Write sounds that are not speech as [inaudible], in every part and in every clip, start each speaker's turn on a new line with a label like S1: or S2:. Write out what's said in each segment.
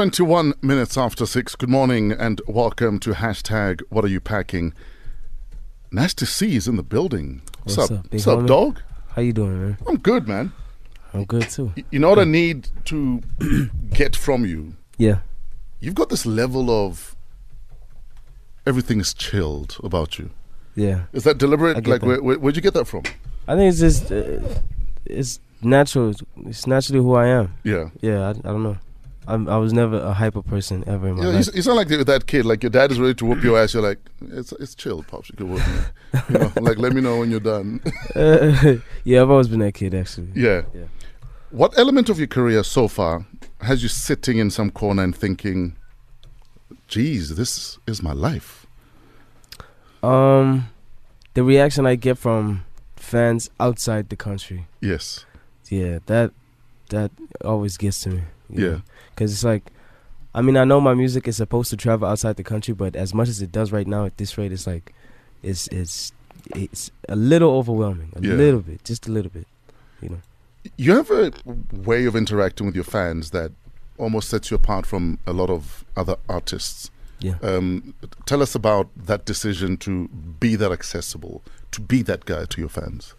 S1: 21 minutes after six. Good morning and welcome to hashtag What Are You Packing? Nasty C is in the building. What's,
S2: What's
S1: up?
S2: up, big
S1: What's up,
S2: homie?
S1: dog?
S2: How you doing, man?
S1: I'm good, man.
S2: I'm good too.
S1: Y- You know what I need to [clears throat] get from you?
S2: Yeah.
S1: You've got this level of everything's chilled about you.
S2: Yeah.
S1: Is that
S2: I
S1: deliberate?
S2: get
S1: Like,
S2: that.
S1: where, where, where'd you get that from?
S2: I think it's just uh, it's natural. It's naturally who I am.
S1: Yeah.
S2: Yeah. I, I don't know. I'm, I was never a hyper person ever in my
S1: You, know, you,
S2: life.
S1: s- you sound like the- that kid. Like your dad is ready to whoop your ass. You're like, it's it's chill, pops. You can
S2: [laughs]
S1: whoop me. You know, like let me know when you're done.
S2: Uh, [laughs] yeah, I've always been that kid actually.
S1: yeah.
S2: Yeah.
S1: What element of your career so far has you sitting in some corner and thinking, "Geez, this is my life."
S2: Um, the reaction I get from fans outside the country.
S1: Yes.
S2: Yeah, that that always gets to me.
S1: Yeah.
S2: Because it's like, I mean, I know my music is supposed to travel outside the country, but as much as it does right now at this rate, it's like, it's it's it's a little overwhelming, a
S1: Yeah.
S2: little bit, just a little bit.
S1: You have a way of interacting with your fans that almost sets you apart from a lot of other artists.
S2: Yeah.
S1: Um, tell us about that decision to be that accessible, to be that guy to your fans.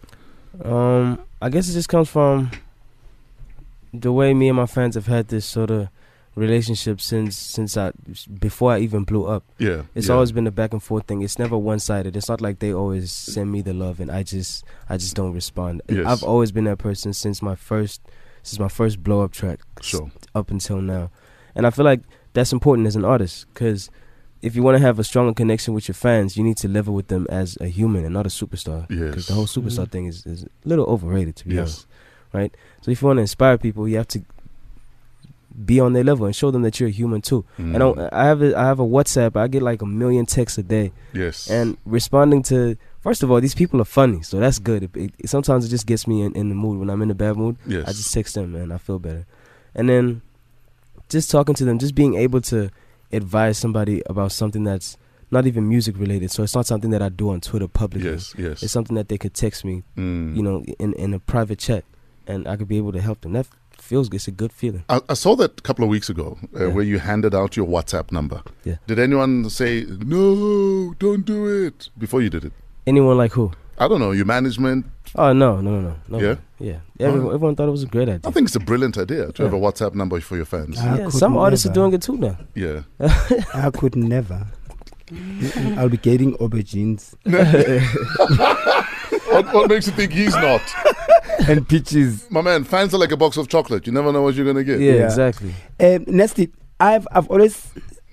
S2: Um, I guess it just comes from the way me and my fans have had this sort of relationship since since I before I even blew up.
S1: Yeah.
S2: It's
S1: yeah.
S2: always been a back and forth thing. It's never one sided. It's not like they always send me the love and I just I just don't respond.
S1: Yes.
S2: I've always been that person since my first since my first blow up track s-
S1: sure.
S2: up until now, and I feel like that's important as an artist because if you want to have a stronger connection with your fans, you need to level with them as a human and not a superstar.
S1: Yes.
S2: Because the whole superstar thing is, is a little overrated, to be
S1: Yes.
S2: honest. Right? So if you want to inspire people, you have to be on their level and show them that you're a human too.
S1: Mm.
S2: I don't. I have a, I have a WhatsApp. I get like a million texts a day,
S1: Yes.
S2: and responding to first of all, these people are funny, so
S1: Mm-hmm.
S2: that's good. It, it- sometimes it just gets me in, in the mood when I'm in a bad mood.
S1: yes.
S2: I just text them, man. I feel better, and then just talking to them, just being able to advise somebody about something that's not even music related. So it's not something that I do on Twitter publicly.
S1: yes. Yes.
S2: It's something that they could text me,
S1: Mm.
S2: you know, in, in a private chat, and I could be able to help them. That feels good. It's a good feeling.
S1: I, I saw that a couple of weeks ago uh,
S2: Yeah.
S1: where you handed out your WhatsApp number.
S2: Yeah.
S1: Did anyone say, no, don't do it before you did it?
S2: Anyone like who?
S1: I don't know, your management.
S2: Oh no, no, no, no, no.
S1: Yeah? Uh-huh.
S2: yeah. Everyone,
S1: Alright.
S2: everyone thought it was a great idea.
S1: I think it's a brilliant idea to have a
S2: Yeah. Uh-huh.
S1: WhatsApp number for your fans.
S3: I
S2: yeah,
S3: could
S2: some artists are
S3: never.
S2: doing it too now. [laughs]
S1: Yeah.
S3: I could never. I'll be getting aubergines
S1: what, what makes you think he's not?
S3: and peaches.
S1: My man, fans are like a box of chocolate. You never know what you're going to
S2: Yeah,
S1: get.
S3: Yeah.
S2: exactly.
S3: Um, Nestle, I've I've always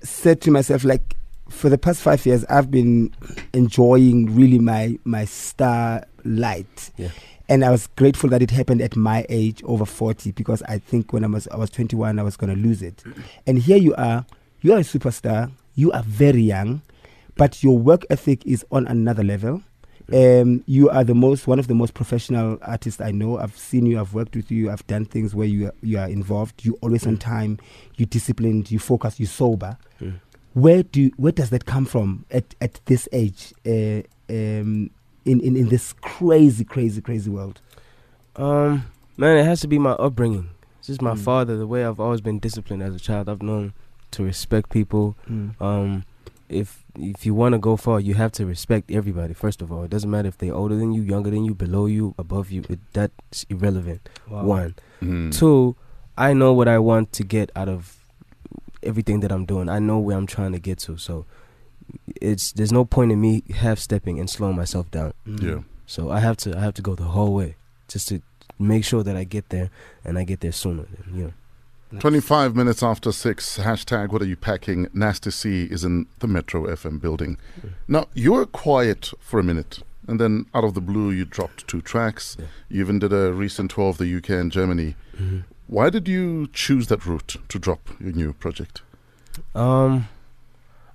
S3: said to myself, like, for the past five years, I've been enjoying really my my star light.
S2: Yeah.
S3: And I was grateful that it happened at my age, over forty, because I think when I was I was twenty one, I was gonna lose it. [clears throat] And here you are, you are a superstar. You are very young, but your work ethic is on another level. Um, you are the most one of the most professional artists I know. I've seen you. I've worked with you. I've done things where you are, you are involved. You always on time. You disciplined. You focus. You sober.
S2: Mm.
S3: Where do where does that come from at, at this age? Uh, um, in, in in this crazy crazy crazy world.
S2: Um, man, it has to be my upbringing. It's just my
S3: Mm.
S2: father. The way I've always been disciplined as a child, I've known to respect people. Um, if if you want to go far, you have to respect everybody. First of all, it doesn't matter if they're older than you, younger than you, below you, above you. It, that's irrelevant. One.
S1: Mm.
S2: Two, I know what I want to get out of everything that I'm doing. I know where I'm trying to get to. So it's there's no point in me half stepping and slowing myself down.
S3: Mm.
S1: Yeah.
S2: So I have to I have to go the whole way just to make sure that I get there and I get there sooner. Than, you know.
S1: 25 minutes after 6, hashtag what are you packing? Nasty C is in the Metro FM building.
S2: Yeah.
S1: Now, you were quiet for a minute, and then out of the blue, you dropped two tracks.
S2: Yeah.
S1: You even did a recent tour of the UK and Germany. Why did you choose that route to drop your new project?
S2: Um,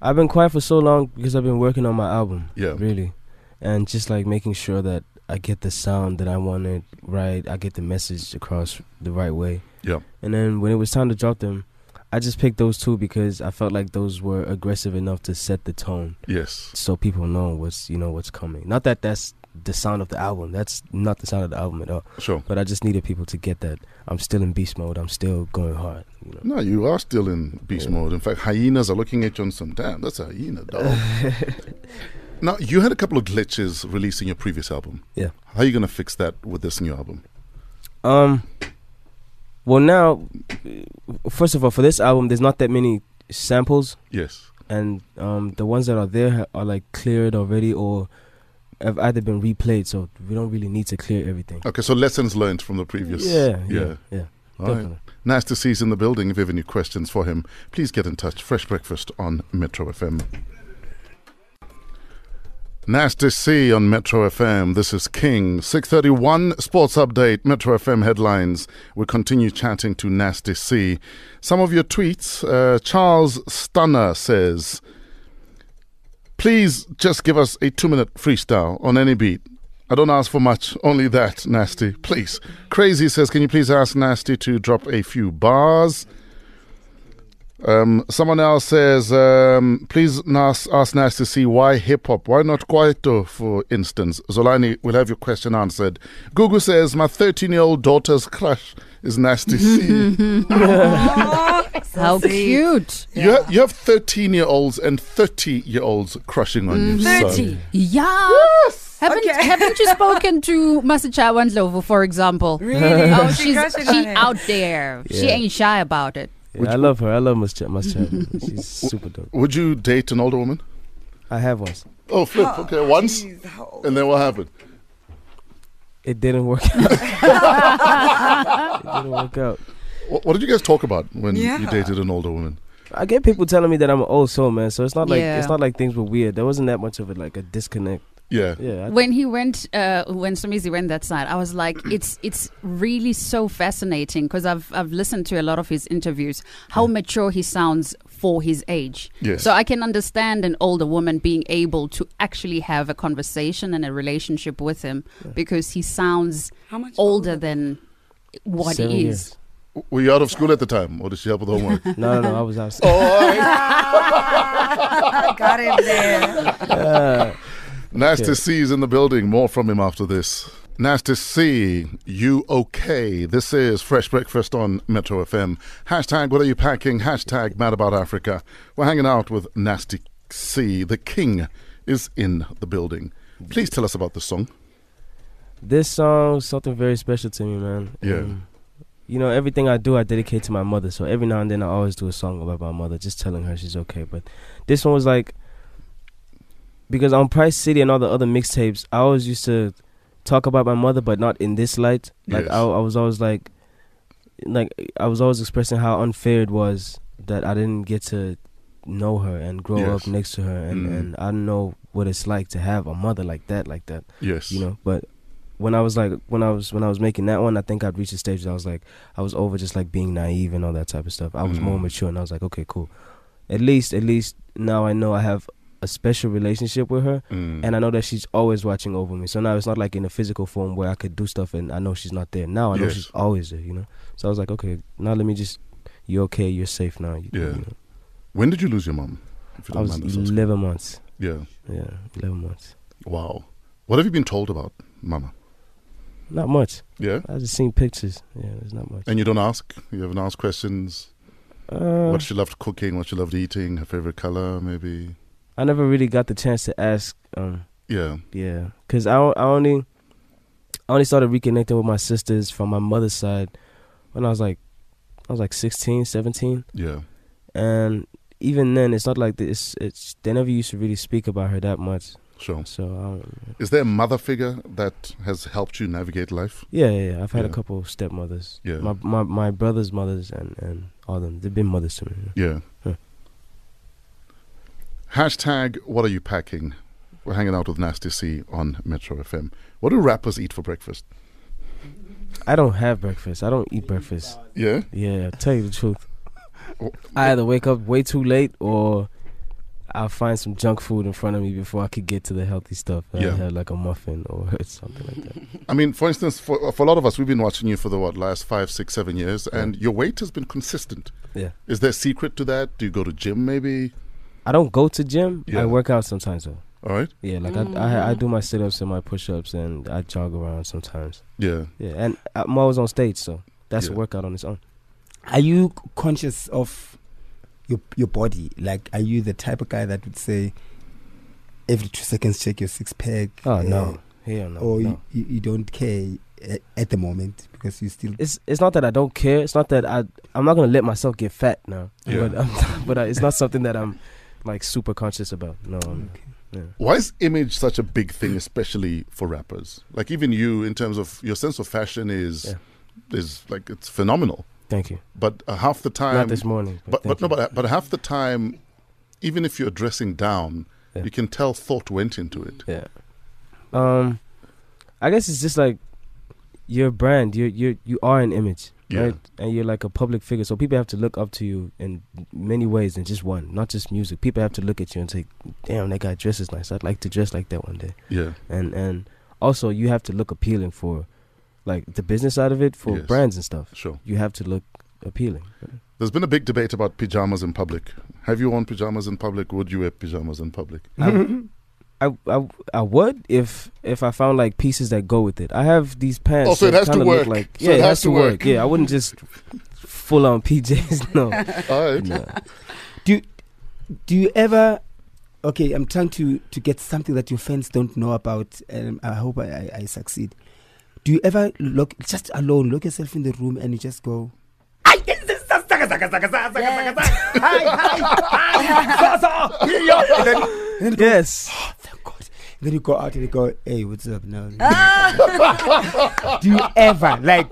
S2: I've been quiet for so long because I've been working on my album.
S1: Yeah.
S2: Really. And just like making sure that I get the sound that I wanted right, I get the message across the right way.
S1: Yeah.
S2: And then when it was time to drop them, I just picked those two because I felt like those were aggressive enough to set the tone
S1: Yes.
S2: so people know what's you know what's coming. Not that that's the sound of the album. That's not the sound of the album at all.
S1: Sure.
S2: But I just needed people to get that I'm still in beast mode. I'm still going hard. You know?
S1: No, you are still in beast
S2: Yeah.
S1: mode. In fact, hyenas are looking at you and some damn. That's a hyena,
S2: [laughs]
S1: dog. now you had a couple of glitches releasing your previous album.
S2: Yeah.
S1: How are you gonna fix that with this new album?
S2: Um. Well, now, first of all, for this album, there's not that many samples,
S1: Yes.
S2: and um, the ones that are there ha- are like cleared already or have either been replayed, so we don't really need to clear everything.
S1: Okay, so lessons learned from the previous.
S2: Yeah,
S1: Yeah.
S2: yeah, yeah,
S1: All right.
S2: definitely.
S1: Nice to see he's in the building. If you have any questions for him, please get in touch. Fresh Breakfast on Metro FM. Nice to see on Metro FM. This is King. 631 Sports Update, Metro FM headlines. We continue chatting to Nasty C. Some of your tweets. Uh, Charles Stunner says, Please just give us a two minute freestyle on any beat. I don't ask for much, only that, Nasty. Please. Crazy says, Can you please ask Nasty to drop a few bars? Um, someone else says, um, Please nas- ask Nasty to see why hip hop? Why not Kwaito, for instance? Zolani will have your question answered. Gugu says, My 13 year old daughter's crush is Nasty C.
S4: How cute.
S1: you, ha- you have 13 year olds and 30 year olds crushing on you. son.
S4: 30. Yeah. Haven't,
S5: Okay.
S4: haven't
S5: [laughs]
S4: you spoken to Masicha Wandlovu, for example?
S5: Really?
S4: Oh,
S5: she
S4: she's
S5: crushes on
S4: she
S5: it.
S4: out there. She
S2: Yeah.
S4: ain't shy about it.
S2: Yeah, I love her. I love Miss Ch- Miss Chapman. She's super dope.
S1: Would you date an older woman?
S2: I have once.
S1: Oh, flip. okay, once.
S5: Jeez, how old-
S1: And then what happened?
S2: It didn't work. [laughs] out. it didn't work out.
S1: What, what did you guys talk about when you
S5: Yeah.
S1: dated an older woman?
S2: I get people telling me that I'm an old soul, man. So it's not like
S4: Yeah.
S2: it's not like things were weird. There wasn't that much of a like a disconnect.
S1: Yeah.
S2: Yeah. I-
S4: When he went, uh, when Samizi went that side, I was
S2: [clears throat]
S4: like, it's it's really so fascinating because I've I've listened to a lot of his interviews, how mature he sounds for his age.
S1: Yes.
S4: So I can understand an older woman being able to actually have a conversation and a relationship with him because he sounds
S5: How much
S4: older than what
S2: Seven
S4: he
S2: years.
S4: is.
S1: W- Were you out of school at the time, or did she help with
S2: [laughs]
S1: homework?
S2: No, no, no. I was
S4: [laughs]
S2: out.
S1: oh, all right. [laughs]
S5: I got him
S4: [laughs]
S5: there.
S4: Oh.
S1: Nasty
S2: Yeah.
S1: C is in the building. More from him after this. Nasty C, you okay? This is Fresh Breakfast on Metro FM. Hashtag what are you packing? Hashtag mad about Africa. We're hanging out with Nasty C. The king is in the building. Please tell us about the song.
S2: This song is something very special to me, man.
S1: Yeah.
S2: you know, everything I do, I dedicate to my mother. So every now and then, I always do a song about my mother, just telling her she's okay. But this one was like, because on Price City and all the other mixtapes, I always used to talk about my mother, but not in this light. Like
S1: Yes.
S2: I, I was always like, like I was always expressing how unfair it was that I didn't get to know her and grow
S1: Yes.
S2: up next to her, and
S1: Mm.
S2: and I don't know what it's like to have a mother like that, like that
S1: Yes.
S2: you know but when i was like when i was when i was making that one i think i'd reached a stage that i was like i was over just like being naive and all that type of stuff i was
S1: Mm.
S2: more mature and i was like okay cool at least at least now i know i have a special relationship with her
S1: Mm.
S2: and i know that she's always watching over me so now it's not like in a physical form where i could do stuff and i know she's not there now i know
S1: Yes.
S2: she's always there you know so i was like okay now let me just you're okay you're safe now you,
S1: Yeah.
S2: you know.
S1: when did you lose your mom? If you
S2: i
S1: don't
S2: was
S1: mind us asking.
S2: 11 months
S1: Yeah.
S2: yeah 11 months
S1: Wow. What have you been told about Mama?
S2: not much
S1: Yeah.
S2: i just seen pictures yeah there's not much
S1: And you don't ask? You haven't asked questions?
S2: uh,
S1: what she loved cooking, what she loved eating, her favorite color, maybe?
S2: I never really got the chance to ask. Um,
S1: Yeah.
S2: yeah, cause I, I only I only started reconnecting with my sisters from my mother's side when I was like I was like 16, 17.
S1: Yeah.
S2: and even then it's not like this. It's they never used to really speak about her that much.
S1: Sure.
S2: So um,
S1: Is there a mother figure that has helped you navigate life?
S2: yeah, yeah, yeah, I've had
S1: Yeah.
S2: a couple of stepmothers.
S1: Yeah.
S2: my my my brother's mothers and and all them. They've been mothers to me. you know.
S1: Yeah.
S2: Yeah.
S1: Hashtag what are you packing? We're hanging out with Nasty C on Metro FM. What do rappers eat for breakfast?
S2: I don't have breakfast. I don't eat breakfast.
S1: Yeah.
S2: Yeah, tell you the truth.
S1: Oh.
S2: I either wake up way too late or I'll find some junk food in front of me before I could get to the healthy stuff. I
S1: Yeah.
S2: had like a muffin or [laughs] something like that.
S1: I mean, for instance, for, for a lot of us, we've been watching you for the what last five, six, seven years, and your weight has been consistent.
S2: Yeah.
S1: Is there a secret to that? Do you go to gym maybe?
S2: I don't go to gym.
S1: Yeah. Mm.
S2: I work out sometimes though.
S1: All right.
S2: Yeah, like I, I I do my sit ups and my push ups and I jog around sometimes.
S1: Yeah.
S2: Yeah, and I'm always on stage, so that's
S1: Yeah.
S2: a workout on its own.
S3: Are you c- conscious of your your body? Like, are you the type of guy that would say every two seconds check your six pack?
S2: Oh
S3: uh,
S2: no, hell no.
S3: or
S2: no.
S3: you, you, you don't care at, at the moment because you still
S2: It's it's not that I don't care. It's not that I I'm not gonna let myself get fat now.
S1: Yeah.
S2: But I'm, [laughs] but I, it's not something that I'm like super conscious about. No.
S3: Mm.
S2: I'm-
S1: Why is image such a big thing, especially for rappers? Like even you, in terms of your sense of fashion, is is like it's phenomenal.
S2: Thank you.
S1: But uh, half the time,
S2: not this morning.
S1: but
S2: thank
S1: but no,
S2: you.
S1: but, but half the time, even if you're dressing down,
S2: Yeah.
S1: you can tell thought went into it.
S2: Yeah. Um, I guess it's just like your brand. You you you are an image,
S1: Yeah.
S2: right? And you're like a public figure, so people have to look up to you in many ways than just one, not just music. People have to look at you and say, "Damn, that guy dresses nice. I'd like to dress like that one day."
S1: Yeah,
S2: And and also you have to look appealing for, like the business side of it for
S1: Yes.
S2: brands and stuff.
S1: sure.
S2: You have to look appealing.
S1: There's been a big debate about pajamas in public. Have you worn pajamas in public? Would you wear pajamas in public?
S2: I, I, I, I would if if I found like pieces that go with it. I have these pants.
S1: Oh, so it
S2: that
S1: has to
S2: kinda
S1: work.
S2: look Like,
S1: So
S2: yeah,
S1: it
S2: it
S1: has
S2: has
S1: to
S2: to
S1: work.
S2: work. Yeah, I wouldn't just full on PJs. [laughs]
S1: [laughs]
S2: No,
S1: All right.
S2: no.
S3: do you ever okay i'm trying to to get something that your fans don't know about and i hope i, I, I succeed do you ever look just alone look yourself in the room and you just go "Ay, this is- zaka, zaka, zaka, zaka, zaka,
S5: Yeah.
S3: zaka, zaka. Hi, hi, hi, so, so." And then- and then you go,
S2: Yes,
S3: "Oh, thank God." And then you go out and you go, hey, what's up now? [laughs] do you ever, like,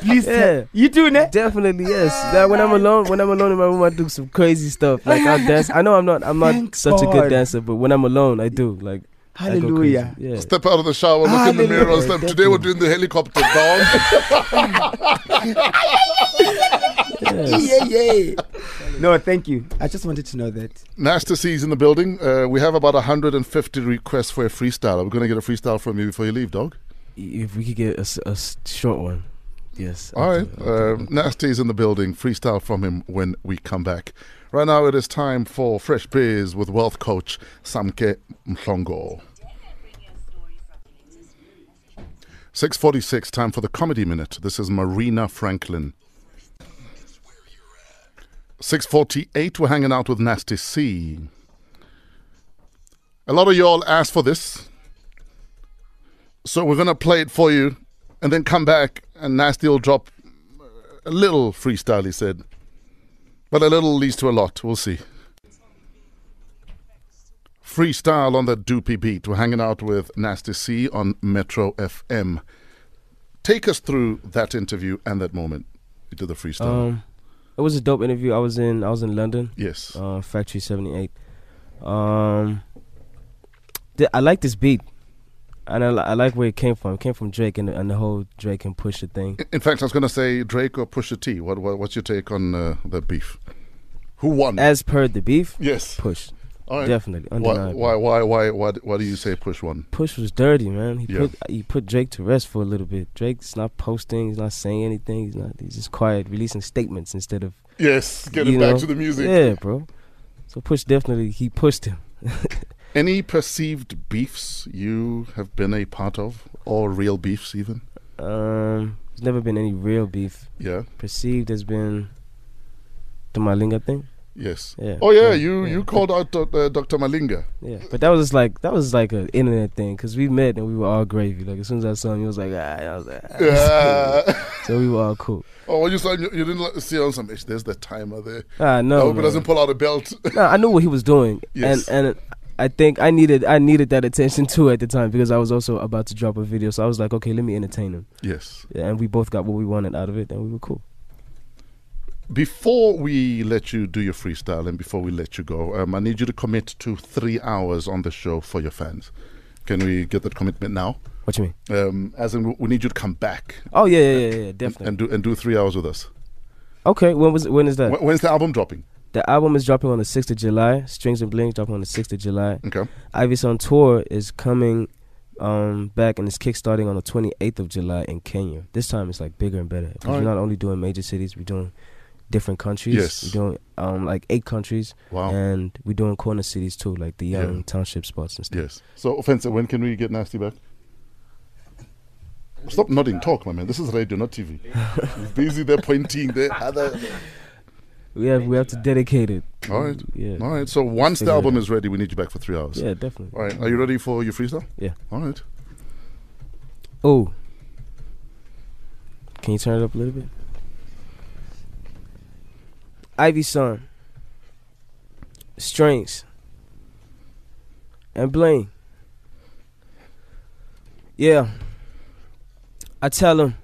S3: please,
S2: Yeah.
S3: you do, ne?
S2: definitely yes. Now, when I'm alone, when I'm alone in my room, I do some crazy stuff. Like I dance. I know I'm not I'm not
S3: Thank
S2: such a
S3: God.
S2: good dancer, but when I'm alone, I do like I go crazy.
S3: Hallelujah.
S2: Yeah.
S1: Step out of the shower, look in the mirror.
S3: Hallelujah.
S1: Step. Today we're doing the helicopter down.
S2: yes.
S3: yeah, yeah. No, thank you. I just wanted to know that.
S1: Nasty C's in the building. Uh, we have about 150 requests for a freestyle. Are we going to get a freestyle from you before you leave, dog?
S2: If we could get a s- a, s- short one, yes. I'll
S1: All
S2: do
S1: right.
S2: it, I'll do it, I'll
S1: Uh,
S2: do it.
S1: Nasty's in the building. Freestyle from him when we come back. Right now, it is time for Fresh Beers with wealth coach Samke Mhlongo. 6.46, time for the Comedy Minute. This is Marina Franklin. 6.48, we're hanging out with Nasty C. A lot of y'all asked for this. So we're going to play it for you and then come back and Nasty will drop a little freestyle, he said. But a little leads to a lot. We'll see. Freestyle on the doopy beat. We're hanging out with Nasty C on Metro FM. Take us through that interview and that moment. You did the freestyle.
S2: Um, it was a dope interview. I was in I was in London,
S1: yes.
S2: uh, Factory Seventy Eight. Um, th- I like this beat, and I, li- I like where it came from. It came from Drake and the, and the whole Drake and Pusha thing.
S1: In- In fact, I was going to say Drake or Pusha T. What, what, what's your take on uh, the beef? Who won?
S2: As per the beef,
S1: yes.
S2: Push
S1: All right.
S2: definitely
S1: Why,
S2: undeniable.
S1: why, why, why, why, why do you say Push won?
S2: Push was dirty, man. He
S1: Yeah.
S2: put he put Drake to rest for a little bit. Drake's not posting. He's not saying anything. He's not. He's just quiet, releasing statements instead of
S1: Yes.
S2: you know, Yeah, bro. So Push definitely he pushed him.
S1: Any perceived beefs you have been a part of, or real beefs even?
S2: Um, there's never been any real beef.
S1: Yeah.
S2: perceived as being the Malinga thing.
S1: Yes.
S2: Yeah.
S1: Oh yeah, you you
S2: yeah.
S1: called out doc- uh, Dr.
S2: [laughs]
S1: Malinga.
S2: Yeah, but that was just like that was like an internet thing because we met and we were all gravy. Like as soon as I saw him, he was like, ah, I was like, ah.
S1: Yeah.
S2: [laughs] so we were all cool.
S1: [laughs] oh, you saw you, you didn't like- see on some. ish, There's the timer there.
S2: Ah,
S1: I
S2: no,
S1: hope it
S2: man.
S1: doesn't [laughs] pull out a belt.
S2: no, I knew what he was doing,
S1: Yes.
S2: and and I think I needed I needed that attention [laughs] too at the time because I was also about to drop a video, so I was like, okay, let me entertain him,
S1: yes.
S2: yeah, and we both got what we wanted out of it, and we were cool.
S1: Before we let you do your freestyle and before we let you go, um, I need you to commit to three hours on the show for your fans. Can we get that commitment now?
S2: What you mean?
S1: Um, as in, we- we need you to come back
S2: Oh yeah, yeah, yeah, yeah definitely.
S1: and do and do three hours with us.
S2: okay, when was when is that?
S1: Wh- When's the album dropping?
S2: The album is dropping on the sixth of July. Strings and Bling dropping on the sixth of July.
S1: Okay.
S2: Ivy's on tour is coming um, back and it's kickstarting on the 28th of July in Kenya. This time it's like bigger and better. 'Cause
S1: Alright.
S2: We're not only doing major cities, we're doing different countries.
S1: Yes.
S2: We're doing um like eight countries,
S1: Wow.
S2: and we're doing corner cities too, like the
S1: Yeah.
S2: young township spots and stuff.
S1: Yes. So, offensive. When can we get nasty back? Stop nodding. Talk, my man. This is radio, not
S2: [laughs]
S1: TV. Busy. They're pointing. They're other.
S2: We have we have to dedicate it.
S1: All right.
S2: Yeah.
S1: All right. So once the
S2: Figure it
S1: album
S2: out.
S1: is ready, we need you back for three hours.
S2: Yeah, definitely.
S1: All right. Are you ready for your freestyle?
S2: Yeah.
S1: All right.
S2: Oh. Can you turn it up a little bit? Ivy Sun. Strings. And Blaine. Yeah. I tell him,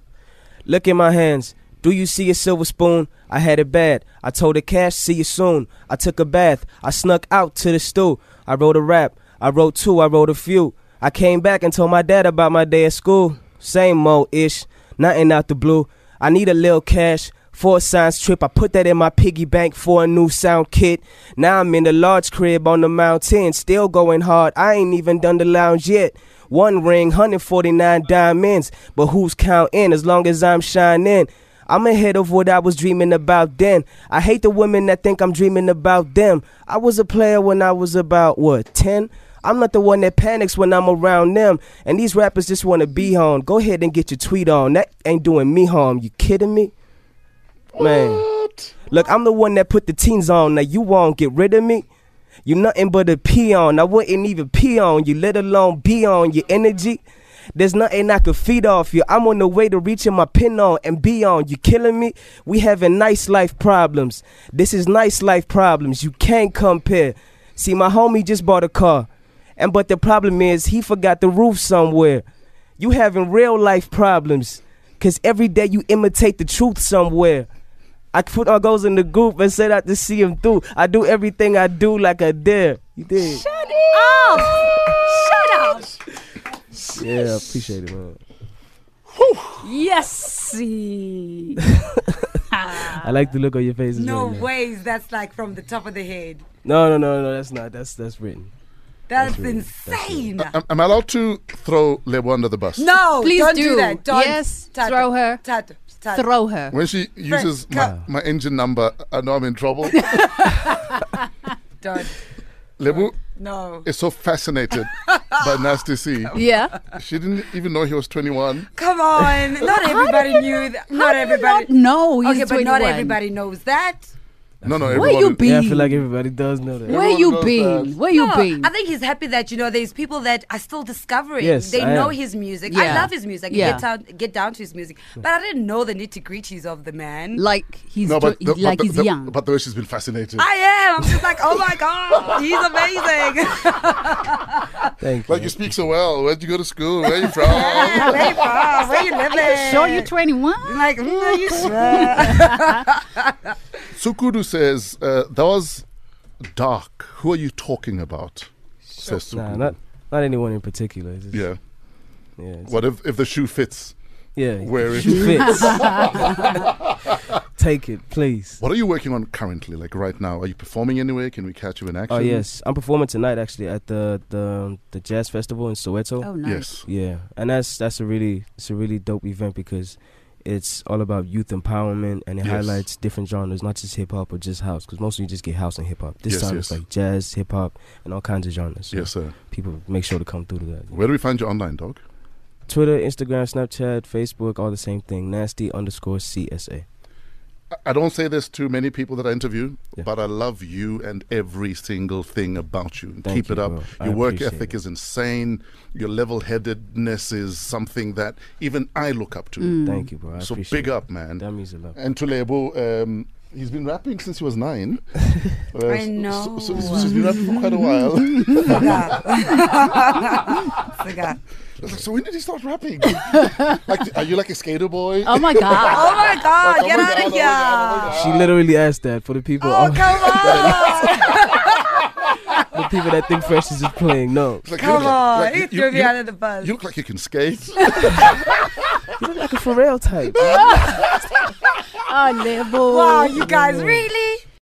S2: look in my hands. Do you see a silver spoon? I had it bad. I told the cash, see you soon. I took a bath. I snuck out to the stool. I wrote a rap. I wrote two. I wrote a few. I came back and told my dad about my day at school. Same old ish, nothing out the blue. I need a little cash for a science trip. I put that in my piggy bank for a new sound kit. Now I'm in the large crib on the mountain, still going hard. I ain't even done the lounge yet. One ring, 149 diamonds, but who's counting as long as I'm shining? I'm ahead of what I was dreaming about then. I hate the women that think I'm dreaming about them. I was a player when I was about, what, 10? I'm not the one that panics when I'm around them. And these rappers just want to be on. Go ahead and get your tweet on. That ain't doing me harm. You kidding me? Man. Look, I'm the one that put the teens on. Now you won't get rid of me. You nothing but a peon. I wouldn't even pee on you, let alone be on your energy. There's nothing I could feed off you. I'm on the way to reaching my pin on and beyond. You killing me? We having nice life problems. This is nice life problems. You can't compare. See, my homie just bought a car. And but the problem is he forgot the roof somewhere. You having real life problems. Cause every day you imitate the truth somewhere. I put our goals in the group and set out to see him through. I do everything I do like I dare. You did.
S5: Oh, shut up.
S2: Yeah, I appreciate it, man.
S5: Yes.
S2: I like the look on your faces.
S5: No
S2: right now.
S5: ways. That's like from the top of the head.
S2: No, no, no, no. That's not. That's that's written.
S5: That's,
S2: really- that's
S5: insane.
S1: Am, am I allowed to throw Lebo under the bus?
S5: no,
S4: Please
S5: Oh, don't do,
S4: do.
S5: that. Don't.
S4: Yes,
S5: Tato,
S4: throw her.
S5: Tato, Tato.
S4: Throw her.
S1: When she uses my,
S5: Wow.
S1: my engine number, I know I'm in
S4: [laughs]
S1: trouble.
S5: Don't.
S1: Lebu
S2: [laughs]
S5: No.
S1: is so fascinated by Nasty C.
S4: Yeah.
S1: She didn't even know he was 21.
S5: Come on. Not everybody knew that. Not everybody.
S4: No, he's
S5: okay, but
S4: 21.
S5: not everybody knows that.
S1: No, no,
S4: Where
S1: everyone.
S4: you been?
S2: Yeah, I feel like everybody does know that.
S4: Where you
S1: knows
S4: been?
S1: that.
S4: Where you
S5: No,
S4: been?
S5: I think he's happy that you know there's people that are still discovering.
S2: Yes,
S5: they
S2: I
S5: know
S2: am.
S5: his music. I
S4: Yeah.
S5: love his music.
S4: Yeah.
S5: Get down, get down to his music. But I didn't know the nitty gritties of the man.
S4: like he's
S1: no, but
S4: jo-
S1: the,
S4: like
S1: but, the,
S4: he's
S1: the-
S4: young.
S1: but the way she's been fascinated.
S5: I am. I'm just like, oh my god, he's amazing. [laughs]
S2: Thank you.
S1: like you speak so well. Where'd you go to school? Where are you
S4: [laughs]
S1: from?
S5: Yeah, where you from? Where you living?
S4: Sure, you're 21.
S5: I'm like, mm, are you sure?
S1: Sukudu says uh, that was dark. Who are you talking about? Says Sukudu.
S2: nah, not not anyone in particular. It's just,
S1: yeah.
S2: yeah, it's-
S1: What if if the shoe fits?
S2: yeah.
S1: Wear
S2: [laughs]
S1: it.
S2: Shoe fits.
S1: [laughs]
S2: Take it, please.
S1: What are you working on currently? Like right now, are you performing anywhere? Can we catch you in action?
S2: Oh yes, I'm performing tonight actually at the the the jazz festival in Soweto.
S4: Oh, nice.
S1: Yes.
S2: Yeah, and that's that's a really it's a really dope event because it's all about youth empowerment and it
S1: Yes.
S2: highlights different genres, not just hip hop or just house. Because mostly you just get house and hip hop. This
S1: Yes,
S2: time
S1: yes.
S2: it's like jazz, hip hop, and all kinds of genres. So
S1: Yes, sir.
S2: people make sure to come through to that.
S1: Where do we find you online, dog?
S2: Twitter, Instagram, Snapchat, Facebook, all the same thing. Nasty underscore CSA.
S1: I- I don't say this to many people that I interview,
S2: Yeah.
S1: but I love you and every single thing about you.
S2: Thank
S1: Keep
S2: you,
S1: it up.
S2: bro. I
S1: Your work
S2: appreciate
S1: ethic
S2: it.
S1: is insane. Your level headedness is something that even I look up to.
S5: Mm.
S2: Thank you, bro. I
S1: So
S2: appreciate
S1: big
S2: it.
S1: up, man.
S2: That means a lot.
S1: And Tulebu, um, he's been rapping since he was
S2: [laughs]
S1: nine. Uh,
S5: I
S1: so-
S5: know.
S1: So, so he's been rapping for quite a
S2: [laughs]
S1: while.
S5: [laughs] Cigar.
S1: so when did he start rapping? [laughs] like, are you like a skater boy?
S4: Oh my god.
S5: [laughs] Oh my god, get out
S1: oh
S5: of here.
S2: She literally asked that for [laughs] the people.
S5: Oh,
S1: [laughs]
S5: come on.
S2: the people that think Fresh is just playing. No,
S1: It's like, you
S5: Come
S1: look like-
S5: on.
S1: like,
S5: He
S1: you-
S5: threw me
S1: you-
S5: under the bus.
S1: You look like you can skate.
S2: you look like a Pharrell type.
S4: Oh, Lebo.
S1: Oh,
S5: Wow, you guys, really?